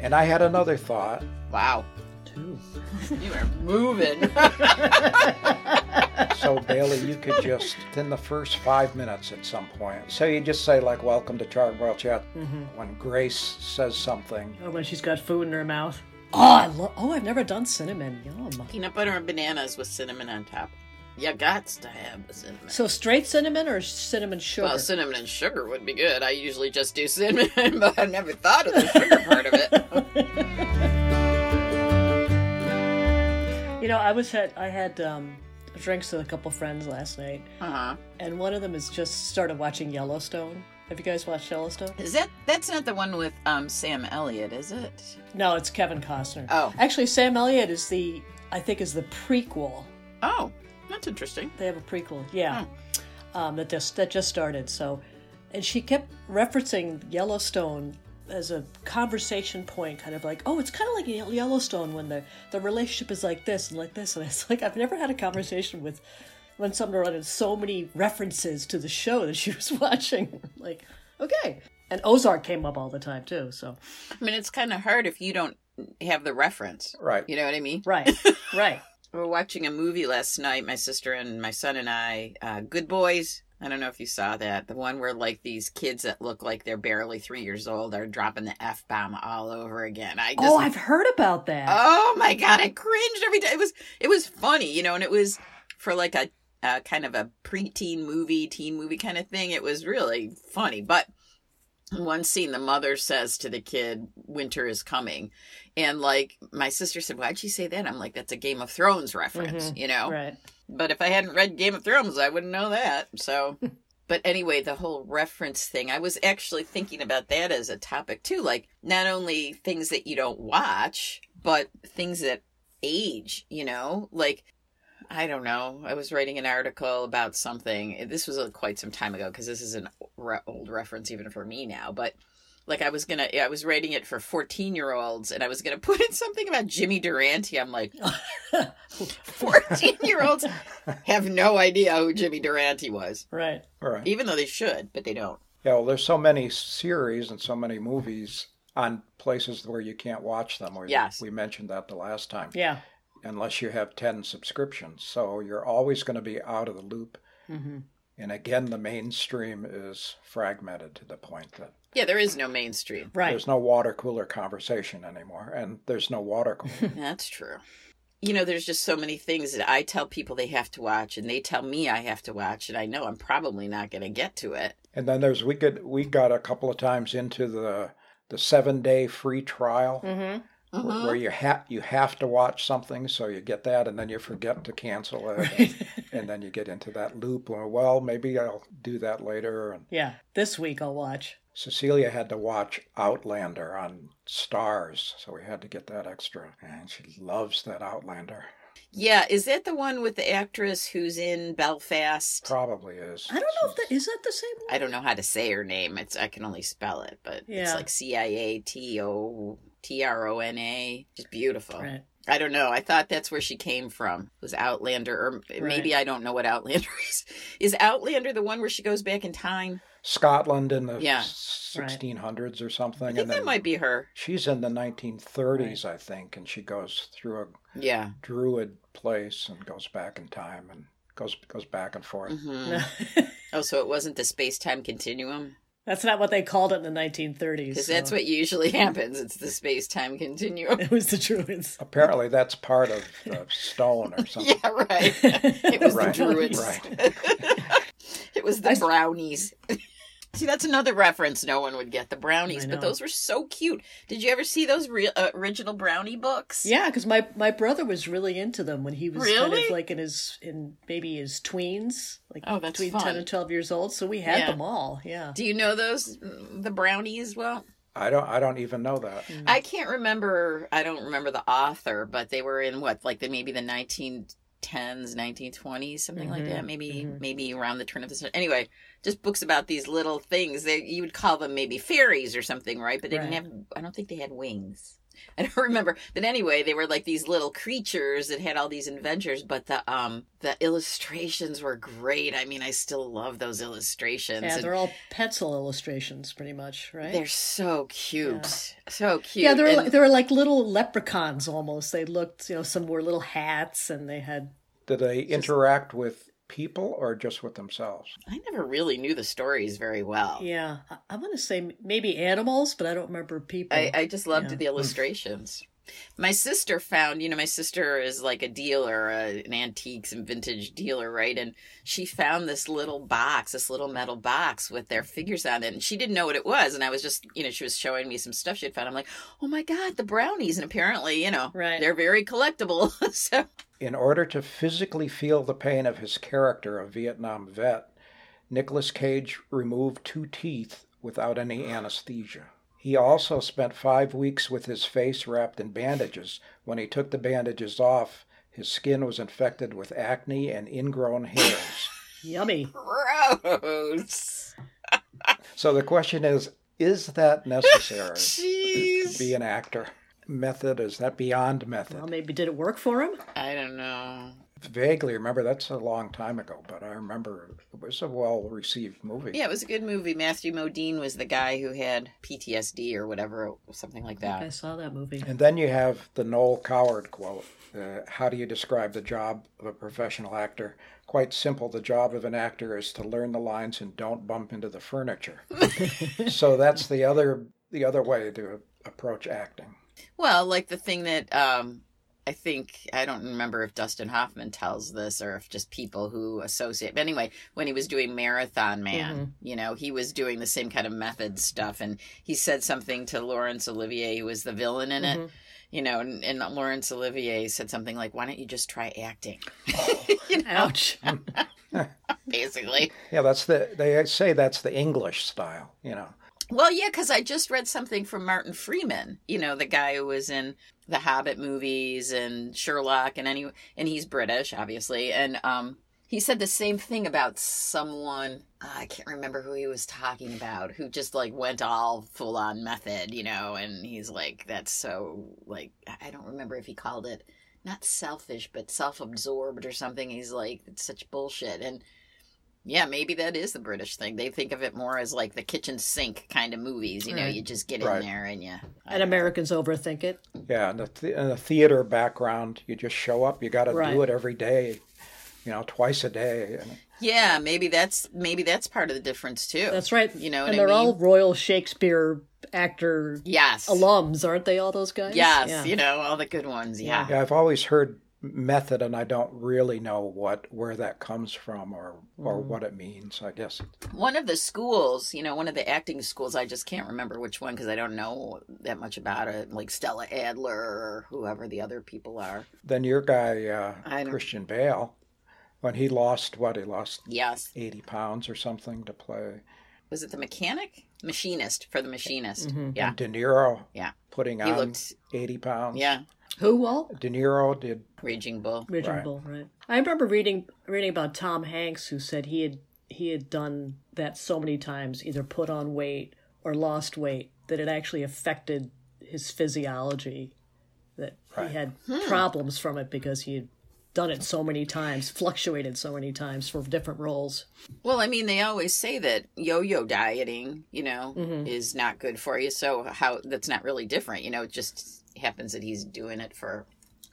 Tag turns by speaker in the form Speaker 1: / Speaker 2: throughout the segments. Speaker 1: And I had another thought
Speaker 2: Wow.
Speaker 1: too.
Speaker 2: You are moving.
Speaker 1: So Bailey, you could just in the first five minutes at some point. So you just say like, "Welcome to Chartwell Chat." When Grace says something,
Speaker 3: Or Oh, when she's got food in her mouth. Oh, I lo- oh, I've never done cinnamon. Yum.
Speaker 2: Peanut butter and bananas with cinnamon on top. You got to have the cinnamon.
Speaker 3: So straight cinnamon or cinnamon sugar?
Speaker 2: Well, cinnamon and sugar would be good. I usually just do cinnamon, but I never thought of the sugar part of it.
Speaker 3: you know, I was had I had um, drinks with a couple friends last night,
Speaker 2: Uh huh.
Speaker 3: and one of them has just started watching Yellowstone. Have you guys watched Yellowstone?
Speaker 2: Is that that's not the one with um Sam Elliott, is it?
Speaker 3: No, it's Kevin Costner.
Speaker 2: Oh.
Speaker 3: actually, Sam Elliott is the I think is the prequel.
Speaker 2: Oh, that's interesting.
Speaker 3: They have a prequel, yeah, um, that just that just started. So, and she kept referencing Yellowstone as a conversation point, kind of like, oh, it's kind of like Ye- Yellowstone when the the relationship is like this and like this, and it's like I've never had a conversation with when someone had so many references to the show that she was watching. like, okay, and Ozark came up all the time too. So,
Speaker 2: I mean, it's kind of hard if you don't have the reference.
Speaker 1: right?
Speaker 2: You know what I mean?
Speaker 3: right, right.
Speaker 2: We were watching a movie last night, my sister and my son and I, uh, Good Boys. I don't know if you saw that. The one where like these kids that look like they're barely three years old are dropping the F bomb all over again. I just
Speaker 3: Oh, I've heard about that.
Speaker 2: Oh my god, I cringed every day. It was it was funny, you know, and it was for like a, a kind of a preteen movie, teen movie kind of thing. It was really funny, but in one scene the mother says to the kid, "Winter is coming," and like my sister said, "Why'd she say that?" I'm like, "That's a Game of Thrones reference," you know.
Speaker 3: Right.
Speaker 2: But if I hadn't read Game of Thrones, I wouldn't know that. So, but anyway, the whole reference thing, I was actually thinking about that as a topic too. Like, not only things that you don't watch, but things that age, you know? Like, I don't know. I was writing an article about something. This was uh, quite some time ago because this is an re- old reference even for me now, but. Like I was gonna, yeah, I was writing it for fourteen-year-olds, and I was gonna put in something about Jimmy Durante. I'm like, 14 year olds have no idea who Jimmy Durante was,
Speaker 3: Right.
Speaker 1: All right.
Speaker 2: even though they should, but they don't.
Speaker 1: Yeah. Well, there's so many series and so many movies on places where you can't watch them. We,
Speaker 2: Yes.
Speaker 1: We mentioned that the last time.
Speaker 3: Yeah.
Speaker 1: Unless you have ten subscriptions, so you're always going to be out of the loop. And again, the mainstream is fragmented to the point that
Speaker 2: Yeah, there is no mainstream.
Speaker 3: Right.
Speaker 1: there's no water cooler conversation anymore, and there's no water cooler.
Speaker 2: That's true. You know, there's just so many things that I tell people they have to watch, and they tell me I have to watch, and I know I'm probably not going to get to it.
Speaker 1: and then there's we could we got a couple of times into the the seven day free trial
Speaker 3: Mm-hmm.
Speaker 1: wh- where, you have you have to watch something, so you get that, and then you forget to cancel it, and then you get into that loop. Or well, maybe I'll do that later. And
Speaker 3: Yeah. This week I'll watch.
Speaker 1: Cecilia had to watch Outlander on Stars, so we had to get that extra, and she loves that Outlander.
Speaker 2: Yeah, is that the one with the actress who's in Belfast?
Speaker 1: Probably is.
Speaker 3: I don't know if that is that the same one.
Speaker 2: I don't know how to say her name. It's I can only spell it, but it's
Speaker 3: Yeah.
Speaker 2: like C I A T O T R O N A. Just beautiful.
Speaker 3: Right.
Speaker 2: I don't know. I thought that's where she came from. Was Outlander, or maybe I don't know what Outlander is. Is Outlander the one where she goes back in time?
Speaker 1: Scotland in the
Speaker 2: Yeah,
Speaker 1: 1600s or something.
Speaker 2: I think
Speaker 1: and then
Speaker 2: that might be her.
Speaker 1: She's in the 1930s, I think, and she goes through a
Speaker 2: Yeah.
Speaker 1: druid place and goes back in time and goes goes back and forth.
Speaker 2: hmm Oh, so it wasn't the space time continuum?
Speaker 3: that's not what they called it in the 1930s.
Speaker 2: Because that's
Speaker 3: so
Speaker 2: what usually happens. It's the space time continuum.
Speaker 3: it was the Druids.
Speaker 1: Apparently, that's part of the stone or something.
Speaker 2: yeah, right. It was
Speaker 1: Right,
Speaker 2: the druids.
Speaker 1: right.
Speaker 2: It was the brownies. see, that's another reference no one would get the brownies,
Speaker 3: I
Speaker 2: but
Speaker 3: know.
Speaker 2: those were so cute. Did you ever see those re- uh, original brownie books?
Speaker 3: Yeah, because my my brother was really into them when he was kind
Speaker 2: Really?
Speaker 3: of like in his in maybe his tweens, like
Speaker 2: Oh, that's
Speaker 3: between
Speaker 2: fun.
Speaker 3: ten and twelve years old. So we had
Speaker 2: Yeah.
Speaker 3: them all. Yeah.
Speaker 2: Do you know those mm, the brownies? Well,
Speaker 1: I don't I don't even know that.
Speaker 2: I can't remember. I don't remember the author, but they were in what like the maybe the nineteen tens, nineteen twenties, something like
Speaker 3: Mm-hmm,
Speaker 2: that. Maybe maybe around the turn of the century. Anyway, just books about these little things. They you would call them maybe fairies or something, right? But they didn't
Speaker 3: Right.
Speaker 2: have. I don't think they had wings. I don't remember. But anyway, they were like these little creatures that had all these adventures, but the um the illustrations were great. I mean, I still love those illustrations.
Speaker 3: Yeah,
Speaker 2: And
Speaker 3: they're all pencil illustrations, pretty much, right?
Speaker 2: they're so cute. So cute.
Speaker 3: yeah, they're
Speaker 2: And-
Speaker 3: like, they're like little leprechauns almost. They looked, you know, some wore little hats, and they had
Speaker 1: Did they interact with people or just with themselves?
Speaker 2: I never really knew the stories very well.
Speaker 3: yeah. I, I want to say maybe animals, but I don't remember people.
Speaker 2: I, I just loved
Speaker 3: Yeah.
Speaker 2: the illustrations. My sister found, you know, my sister is like a dealer, uh, an antiques and vintage dealer, right? And she found this little box, this little metal box with their figures on it. And she didn't know what it was. And I was just, you know, she was showing me some stuff she had found. I'm like, oh my God, the brownies. And apparently, you know,
Speaker 3: Right.
Speaker 2: they're very collectible. so,
Speaker 1: In order to physically feel the pain of his character, a Vietnam vet, Nicolas Cage removed two teeth without any anesthesia. He also spent five weeks with his face wrapped in bandages. When he took the bandages off, his skin was infected with acne and ingrown hairs.
Speaker 3: Yummy.
Speaker 2: gross.
Speaker 1: so the question is is that necessary to
Speaker 2: Jeez.
Speaker 1: be an actor? Method, is that beyond method?
Speaker 3: Well, maybe did it work for him?
Speaker 2: I don't know.
Speaker 1: vaguely remember that's a long time ago, but I remember it was a well received movie.
Speaker 2: Yeah, it was a good movie. Matthew Modine was the guy who had PTSD or whatever, something like that.
Speaker 3: I saw that movie.
Speaker 1: And then you have the Noel Coward quote uh, How do you describe the job of a professional actor? Quite simple, the job of an actor is to learn the lines and don't bump into the furniture. so that's the other the other way to approach acting.
Speaker 2: Well, like the thing that um, I think I don't remember if Dustin Hoffman tells this or if just people who associate. But anyway, when he was doing Marathon Man, you know, he was doing the same kind of method stuff, and he said something to Laurence Olivier, who was the villain in it. You know, and, and Laurence Olivier said something like, "Why don't you just try acting?"
Speaker 3: Ouch.
Speaker 2: Basically.
Speaker 1: Yeah, that's the they say that's the English style, you know.
Speaker 2: Well, yeah, because I just read something from Martin Freeman. You know, the guy who was in the Hobbit movies and Sherlock, and any, and he's British, obviously. And um, he said the same thing about someone. Uh, I can't remember who he was talking about, who just like went all full on method, you know. And he's like, that's so like I- I don't remember if he called it not selfish, but self absorbed or something. He's like, it's such bullshit. And yeah, maybe that is the British thing. They think of it more as like the kitchen sink kind of movies. You know,
Speaker 3: Right.
Speaker 2: you just get
Speaker 1: Right.
Speaker 2: in there and you.
Speaker 3: And Americans overthink it.
Speaker 1: Yeah, and the, th- and the theater background, you just show up, you got to
Speaker 3: Right.
Speaker 1: do it every day, you know, twice a day. And
Speaker 2: Yeah, maybe that's maybe that's part of the difference too.
Speaker 3: That's right.
Speaker 2: You know what
Speaker 3: and
Speaker 2: I
Speaker 3: they're all
Speaker 2: mean?
Speaker 3: Royal Shakespeare actor
Speaker 2: Yes.
Speaker 3: alums, aren't they? All those guys.
Speaker 2: Yes,
Speaker 3: Yeah.
Speaker 2: you know, all the good ones. Yeah.
Speaker 1: Yeah, I've always heard method, and I don't really know what where that comes from or or
Speaker 2: Mm.
Speaker 1: what it means. I guess
Speaker 2: One of the schools, you know, one of the acting schools, I just can't remember which one because I don't know that much about it, like Stella Adler or whoever the other people are.
Speaker 1: then your guy
Speaker 2: I
Speaker 1: uh,
Speaker 2: don't-
Speaker 1: Christian Bale, when he lost what he lost
Speaker 2: Yes.
Speaker 1: eighty pounds or something to play
Speaker 2: Was it the mechanic? Machinist for the machinist.
Speaker 3: Mm-hmm.
Speaker 2: Yeah.
Speaker 1: De Niro,
Speaker 2: Yeah.
Speaker 1: putting
Speaker 2: He
Speaker 1: on
Speaker 2: looked,
Speaker 1: eighty pounds.
Speaker 2: yeah,
Speaker 3: Who? Well,
Speaker 1: De Niro did.
Speaker 2: Raging Bull.
Speaker 3: Raging
Speaker 1: Right.
Speaker 3: Bull, right? I remember reading reading about Tom Hanks, who said he had he had done that so many times, either put on weight or lost weight, that it actually affected his physiology. That
Speaker 1: Right.
Speaker 3: he had
Speaker 2: Hmm.
Speaker 3: problems from it because he had done it so many times, fluctuated so many times for different roles.
Speaker 2: Well, I mean, they always say that yo-yo dieting, you know, is not good for you. So how that's not really different, you know. It just happens that he's doing it for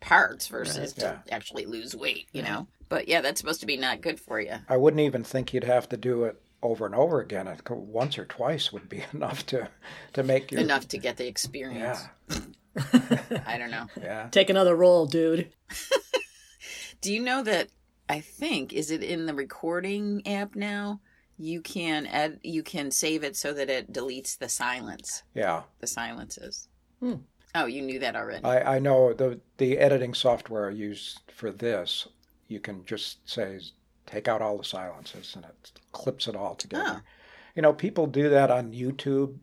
Speaker 2: parts versus to actually lose weight, you know. But yeah, that's supposed to be not good for you.
Speaker 1: I wouldn't even think you'd have to do it over and over again. I think Once or twice would be enough to to make your
Speaker 2: Enough to get the experience.
Speaker 1: Yeah,
Speaker 2: I don't know.
Speaker 1: yeah.
Speaker 3: Take another role, dude.
Speaker 2: Do you know that? I think is it in the recording app now? You can add, you can save it so that it deletes the silence,
Speaker 1: Yeah,
Speaker 2: the silences. Oh, you knew that already.
Speaker 1: I, I know the the editing software I use for this, you can just say take out all the silences and it clips it all together. You know, people do that on YouTube,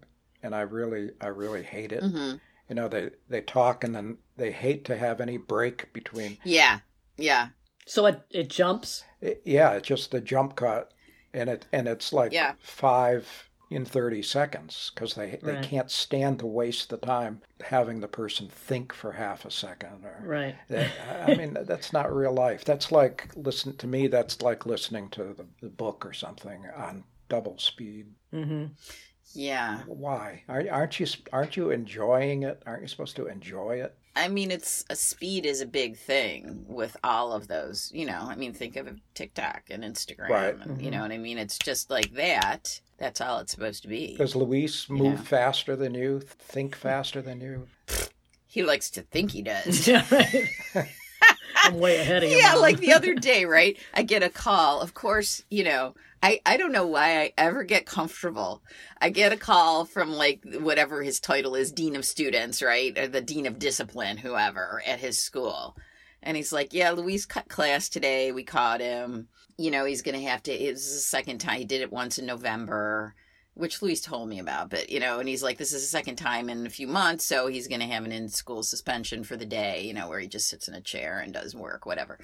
Speaker 1: and I really I really hate it.
Speaker 2: hmm
Speaker 1: You know, they they talk and then they hate to have any break between. eh,
Speaker 2: Yeah, yeah.
Speaker 3: So it it jumps.
Speaker 1: it- yeah, it's just a jump cut, and it and it's like
Speaker 2: Yeah.
Speaker 1: five in 30 seconds because they, they
Speaker 3: Right.
Speaker 1: can't stand to waste the time having the person think for half a second. Or,
Speaker 3: Right.
Speaker 1: That- I mean, that's not real life. That's like, listen to me, that's like listening to the, the book or something on double speed.
Speaker 3: Mm-hmm.
Speaker 2: Yeah.
Speaker 1: Why? Are, aren't you aren't you enjoying it? Aren't you supposed to enjoy it?
Speaker 2: I mean, it's a speed is a big thing with all of those. You know, I mean, think of TikTok and Instagram.
Speaker 1: Right.
Speaker 2: And, You know what I mean? It's just like that. That's all it's supposed to be.
Speaker 1: Does Luis move
Speaker 2: Yeah.
Speaker 1: faster than you? Think faster than you?
Speaker 2: He likes to think he does.
Speaker 3: Yeah, right. I'm way ahead of you.
Speaker 2: yeah
Speaker 3: Mom.
Speaker 2: like the other day right i get a call of course you know i i don't know why i ever get comfortable i get a call from like whatever his title is dean of students right or the dean of discipline whoever at his school and he's like yeah luis cut class today we caught him you know he's gonna have to it's the second time he did it once in november which Luis told me about, but you know, and he's like, this is the second time in a few months, so he's going to have an in school suspension for the day, you know, where he just sits in a chair and does work, whatever.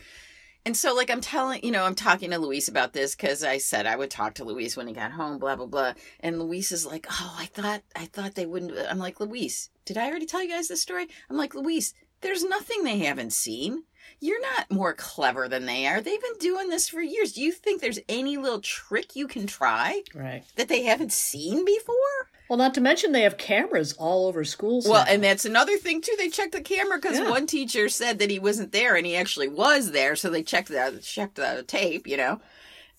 Speaker 2: And so, like, I'm telling, you know, I'm talking to Luis about this because I said I would talk to Luis when he got home, blah, blah, blah. And Luis is like, oh, I thought, I thought they wouldn't. I'm like, Luis, did I already tell you guys this story? I'm like, Luis, there's nothing they haven't seen. You're not more clever than they are. They've been doing this for years. Do you think there's any little trick you can try?
Speaker 3: Right.
Speaker 2: that they haven't seen before?
Speaker 3: Well, not to mention they have cameras all over schools.
Speaker 2: Well,
Speaker 3: now.
Speaker 2: and that's another thing too. They checked the camera because
Speaker 3: Yeah.
Speaker 2: one teacher said that he wasn't there, and he actually was there. So they checked the checked the tape, you know,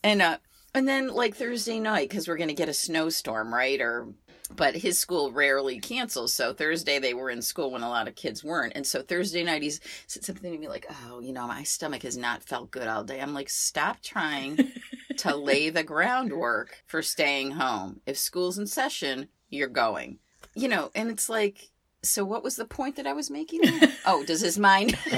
Speaker 2: and uh, and then like Thursday night because we're gonna get a snowstorm, right? Or but his school rarely cancels, so Thursday they were in school when a lot of kids weren't, and so Thursday night he's said something to me like, "Oh, you know, my stomach has not felt good all day." I'm like, "Stop trying." to lay the groundwork for staying home. If school's in session, you're going. You know, and it's like, so what was the point that I was making? oh, does his mind?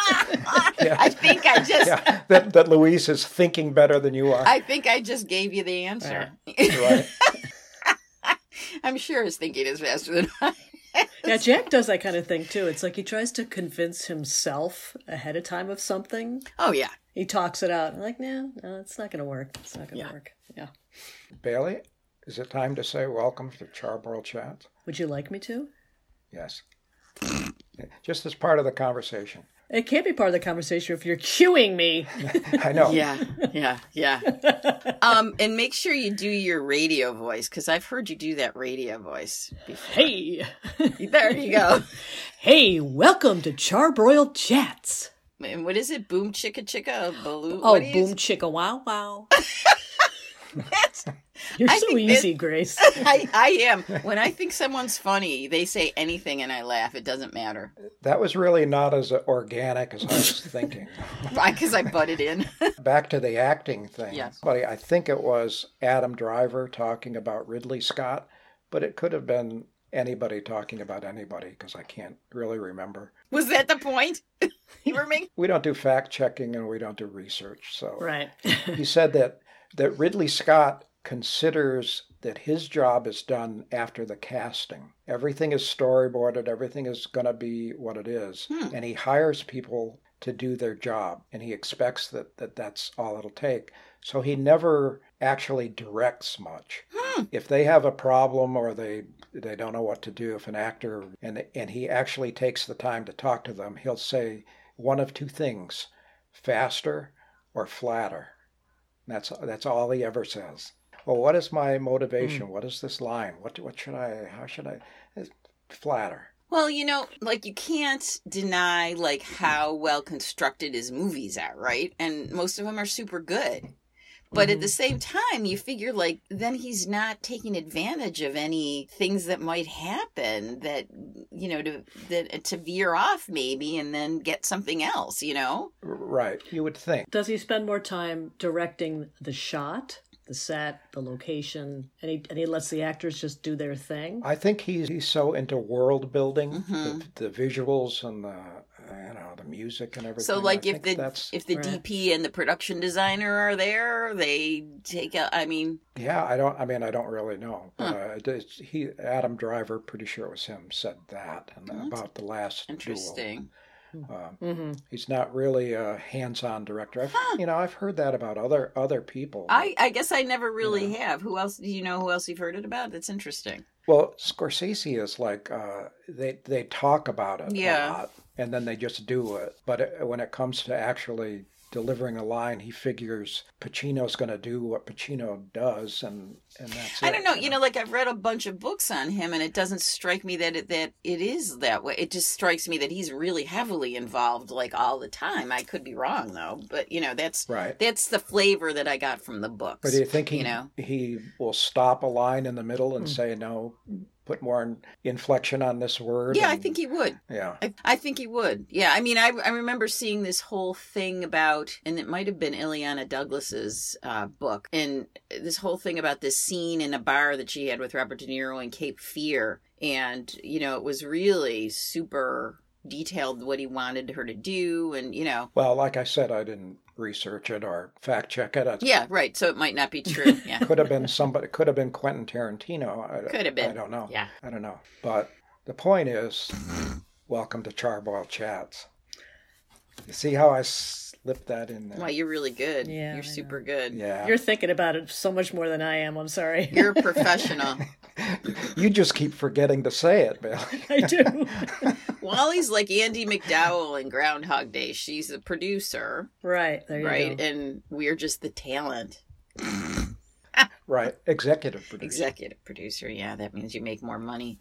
Speaker 2: I think I just,
Speaker 1: Yeah, that that Luis is thinking better than you are.
Speaker 2: I think I just gave you the answer.
Speaker 1: right?
Speaker 2: I'm sure his thinking is faster than mine.
Speaker 3: yeah, Jack does that kind of thing too. It's like he tries to convince himself ahead of time of something.
Speaker 2: Oh yeah,
Speaker 3: He talks it out. I'm like, no, no, it's not going to work. It's not going to work. Yeah.
Speaker 1: Bailey, is it time to say welcome to Charbroil Chat?
Speaker 3: Would you like me to?
Speaker 1: Yes. Just as part of the conversation.
Speaker 3: It can't be part of the conversation if you're cueing me.
Speaker 1: I know.
Speaker 2: yeah, yeah, yeah. Um, and make sure you do your radio voice because I've heard you do that radio voice before.
Speaker 3: Hey,
Speaker 2: There you go.
Speaker 3: hey, welcome to Charbroiled Chats.
Speaker 2: And what is it? Boom chicka chicka baloo.
Speaker 3: Oh,
Speaker 2: What do you-
Speaker 3: boom, chicka, wow, wow.
Speaker 2: That's-
Speaker 3: You're
Speaker 2: I
Speaker 3: so
Speaker 2: think this-
Speaker 3: easy, Grace.
Speaker 2: I, I am. When I think someone's funny, they say anything and I laugh. It doesn't matter.
Speaker 1: That was really not as organic as I was thinking.
Speaker 2: Because I butted in.
Speaker 1: Back to the acting thing.
Speaker 2: Yes.
Speaker 1: But I think it was Adam Driver talking about Ridley Scott, but it could have been anybody talking about anybody because I can't really remember.
Speaker 2: Was that the point you were making?
Speaker 1: We don't do fact checking and we don't do research. So
Speaker 3: right.
Speaker 1: he said that that Ridley Scott considers that his job is done after the casting. Everything is storyboarded, everything is going to be what it is,
Speaker 2: Hmm.
Speaker 1: and he hires people to do their job and he expects that, that that's all it'll take. So he never actually directs much.
Speaker 2: Hmm.
Speaker 1: If they have a problem or they they don't know what to do if an actor and and he actually takes the time to talk to them, he'll say one of two things, faster or flatter. That's that's all he ever says. Well, what is my motivation?
Speaker 2: Hmm.
Speaker 1: What is this line? What what should I? How should I? It's flatter.
Speaker 2: Well, you know, like you can't deny like how well constructed his movies are, right? And most of them are super good. But
Speaker 1: Mm-hmm.
Speaker 2: at the same time, you figure like then he's not taking advantage of any things that might happen that you know to that uh, to veer off maybe and then get something else, you know?
Speaker 1: R- Right. You would think.
Speaker 3: Does he spend more time directing the shot, the set, the location, and he, and he lets the actors just do their thing?
Speaker 1: I think he's he's so into world building,
Speaker 2: Mhm.
Speaker 1: the, the visuals and the you know the music and everything.
Speaker 2: So
Speaker 1: I
Speaker 2: like if
Speaker 1: think
Speaker 2: the
Speaker 1: that's
Speaker 2: if the
Speaker 3: Right.
Speaker 2: DP and the production designer are there, they take out. I mean,
Speaker 1: yeah, I don't. I mean, I don't really know. But, uh, it is- he Adam Driver, pretty sure it was him, said that and
Speaker 2: Oh, that's
Speaker 1: about the last duel.
Speaker 2: interesting.
Speaker 1: Uh,
Speaker 3: Mm-hmm.
Speaker 1: He's not really a hands-on director. I've, You know, I've heard that about other other people.
Speaker 2: I, I guess I never really have. Who else do you know who else you've heard it about? That's interesting.
Speaker 1: Well, Scorsese is like uh, they they talk about it
Speaker 2: Yeah.
Speaker 1: a lot, and then they just do it. But it, when it comes to actually delivering a line, he figures Pacino's going to do what Pacino does, and and that's.
Speaker 2: I
Speaker 1: it,
Speaker 2: don't know. You know, like I've read a bunch of books on him, and it doesn't strike me that it, that it is that way. It just strikes me that he's really heavily involved, like all the time. I could be wrong though, but you know, that's
Speaker 1: Right.
Speaker 2: That's the flavor that I got from the books.
Speaker 1: But do you think he
Speaker 2: you know?
Speaker 1: he will stop a line in the middle
Speaker 2: Hmm.
Speaker 1: and say no, put more in- inflection on this word?
Speaker 2: yeah, I
Speaker 1: and-
Speaker 2: think he would.
Speaker 1: Yeah,
Speaker 2: I, I think he would. Yeah, I mean, I, I remember seeing this whole thing about, and it might have been Ileana Douglas's uh, book, and this whole thing about this scene in a bar that she had with Robert De Niro in Cape Fear, and you know, it was really super detailed what he wanted her to do, and you know,
Speaker 1: Well, like I said, I didn't research it or fact check it. It
Speaker 2: yeah, right. So it might not be true. Yeah,
Speaker 1: could have been somebody. Could have been Quentin Tarantino. I,
Speaker 2: Could have been.
Speaker 1: I don't know.
Speaker 2: yeah.
Speaker 1: I don't know. But the point is, welcome to Charboiled Chats. You see how I slipped that in there?
Speaker 2: Wow, you're really good.
Speaker 3: Yeah, I
Speaker 2: you're super good.
Speaker 1: yeah.
Speaker 3: You're thinking about it so much more than I am. I'm sorry.
Speaker 2: You're a professional.
Speaker 1: You just keep forgetting to say it, Billy.
Speaker 3: I do.
Speaker 2: Wally's like Andy McDowell in Groundhog Day. She's the producer,
Speaker 3: right. There you
Speaker 2: right?
Speaker 3: go.
Speaker 2: And we're just the talent.
Speaker 1: right. Executive producer.
Speaker 2: Executive producer. Yeah, that means you make more money.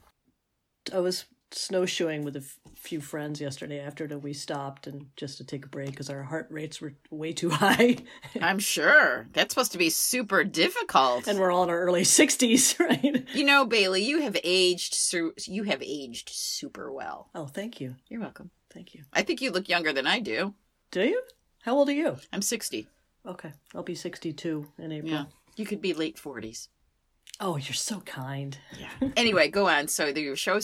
Speaker 3: I was snowshoeing with a f- few friends yesterday after that we stopped and just to take a break because our heart rates were way too high
Speaker 2: I'm sure. That's supposed to be super difficult.
Speaker 3: and we're all in our early 60s, right?
Speaker 2: you know, Bailey, you have aged su- you have aged super well.
Speaker 3: Oh, thank you.
Speaker 2: You're welcome.
Speaker 3: Thank you.
Speaker 2: I think you look younger than I do.
Speaker 3: Do you? How old are you?
Speaker 2: I'm 60.
Speaker 3: Okay. I'll be 62 in April.
Speaker 2: Yeah. You could be late 40s.
Speaker 3: Oh, you're so kind.
Speaker 2: Yeah. anyway, go on. So the show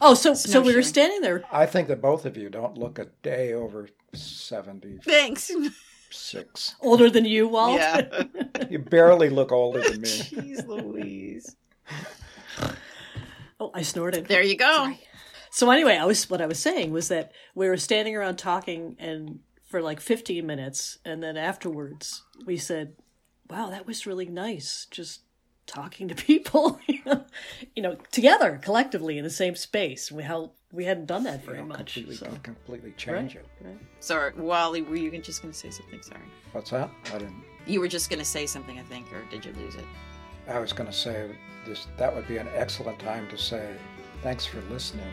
Speaker 3: Oh, so so we were
Speaker 2: Snowshoeing.
Speaker 3: standing there.
Speaker 1: I think that both of you don't look a day over 76.
Speaker 2: Thanks.
Speaker 3: Older than you, Walt?
Speaker 2: yeah.
Speaker 1: You barely look older than me.
Speaker 2: Jeez Louise.
Speaker 3: Oh, I snorted.
Speaker 2: There you go.
Speaker 3: So anyway, I was what I was saying was that we were standing around talking and for like 15 minutes and then afterwards we said, "Wow, that was really nice just talking to people, you know, you know, together collectively in the same space. We how we hadn't done that very much."
Speaker 1: Completely,
Speaker 3: So,
Speaker 1: completely change it.
Speaker 3: right.
Speaker 2: Sorry, Wally, were you just going to say something? Sorry.
Speaker 1: What's that? I didn't.
Speaker 2: You were just going to say something, I think, or did you lose it?
Speaker 1: I was going to say this. That would be an excellent time to say thanks for listening.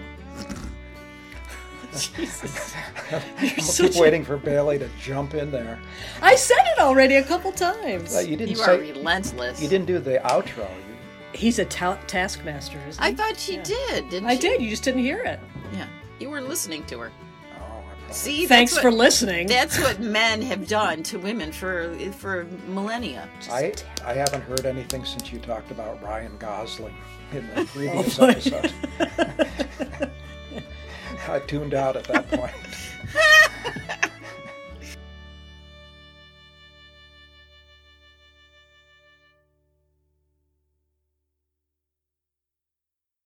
Speaker 3: Jesus.
Speaker 1: I'll
Speaker 3: such
Speaker 1: keep
Speaker 3: a-
Speaker 1: waiting for Bailey to jump in there.
Speaker 3: I said it already a couple times.
Speaker 1: Uh, you didn't
Speaker 2: You are
Speaker 1: say
Speaker 2: relentless.
Speaker 1: you didn't do the outro. You,
Speaker 3: He's a ta- taskmaster, isn't he?
Speaker 2: I thought she did, didn't
Speaker 3: I
Speaker 2: she?
Speaker 3: did. You just didn't hear it.
Speaker 2: Yeah. You were listening to her.
Speaker 1: oh, I probably,
Speaker 2: See,
Speaker 3: Thanks
Speaker 2: that's
Speaker 3: for
Speaker 2: what,
Speaker 3: listening.
Speaker 2: That's what men have done to women for for millennia.
Speaker 1: I I haven't heard anything since you talked about Ryan Gosling in the previous
Speaker 3: boy.
Speaker 1: episode. I tuned out at that point.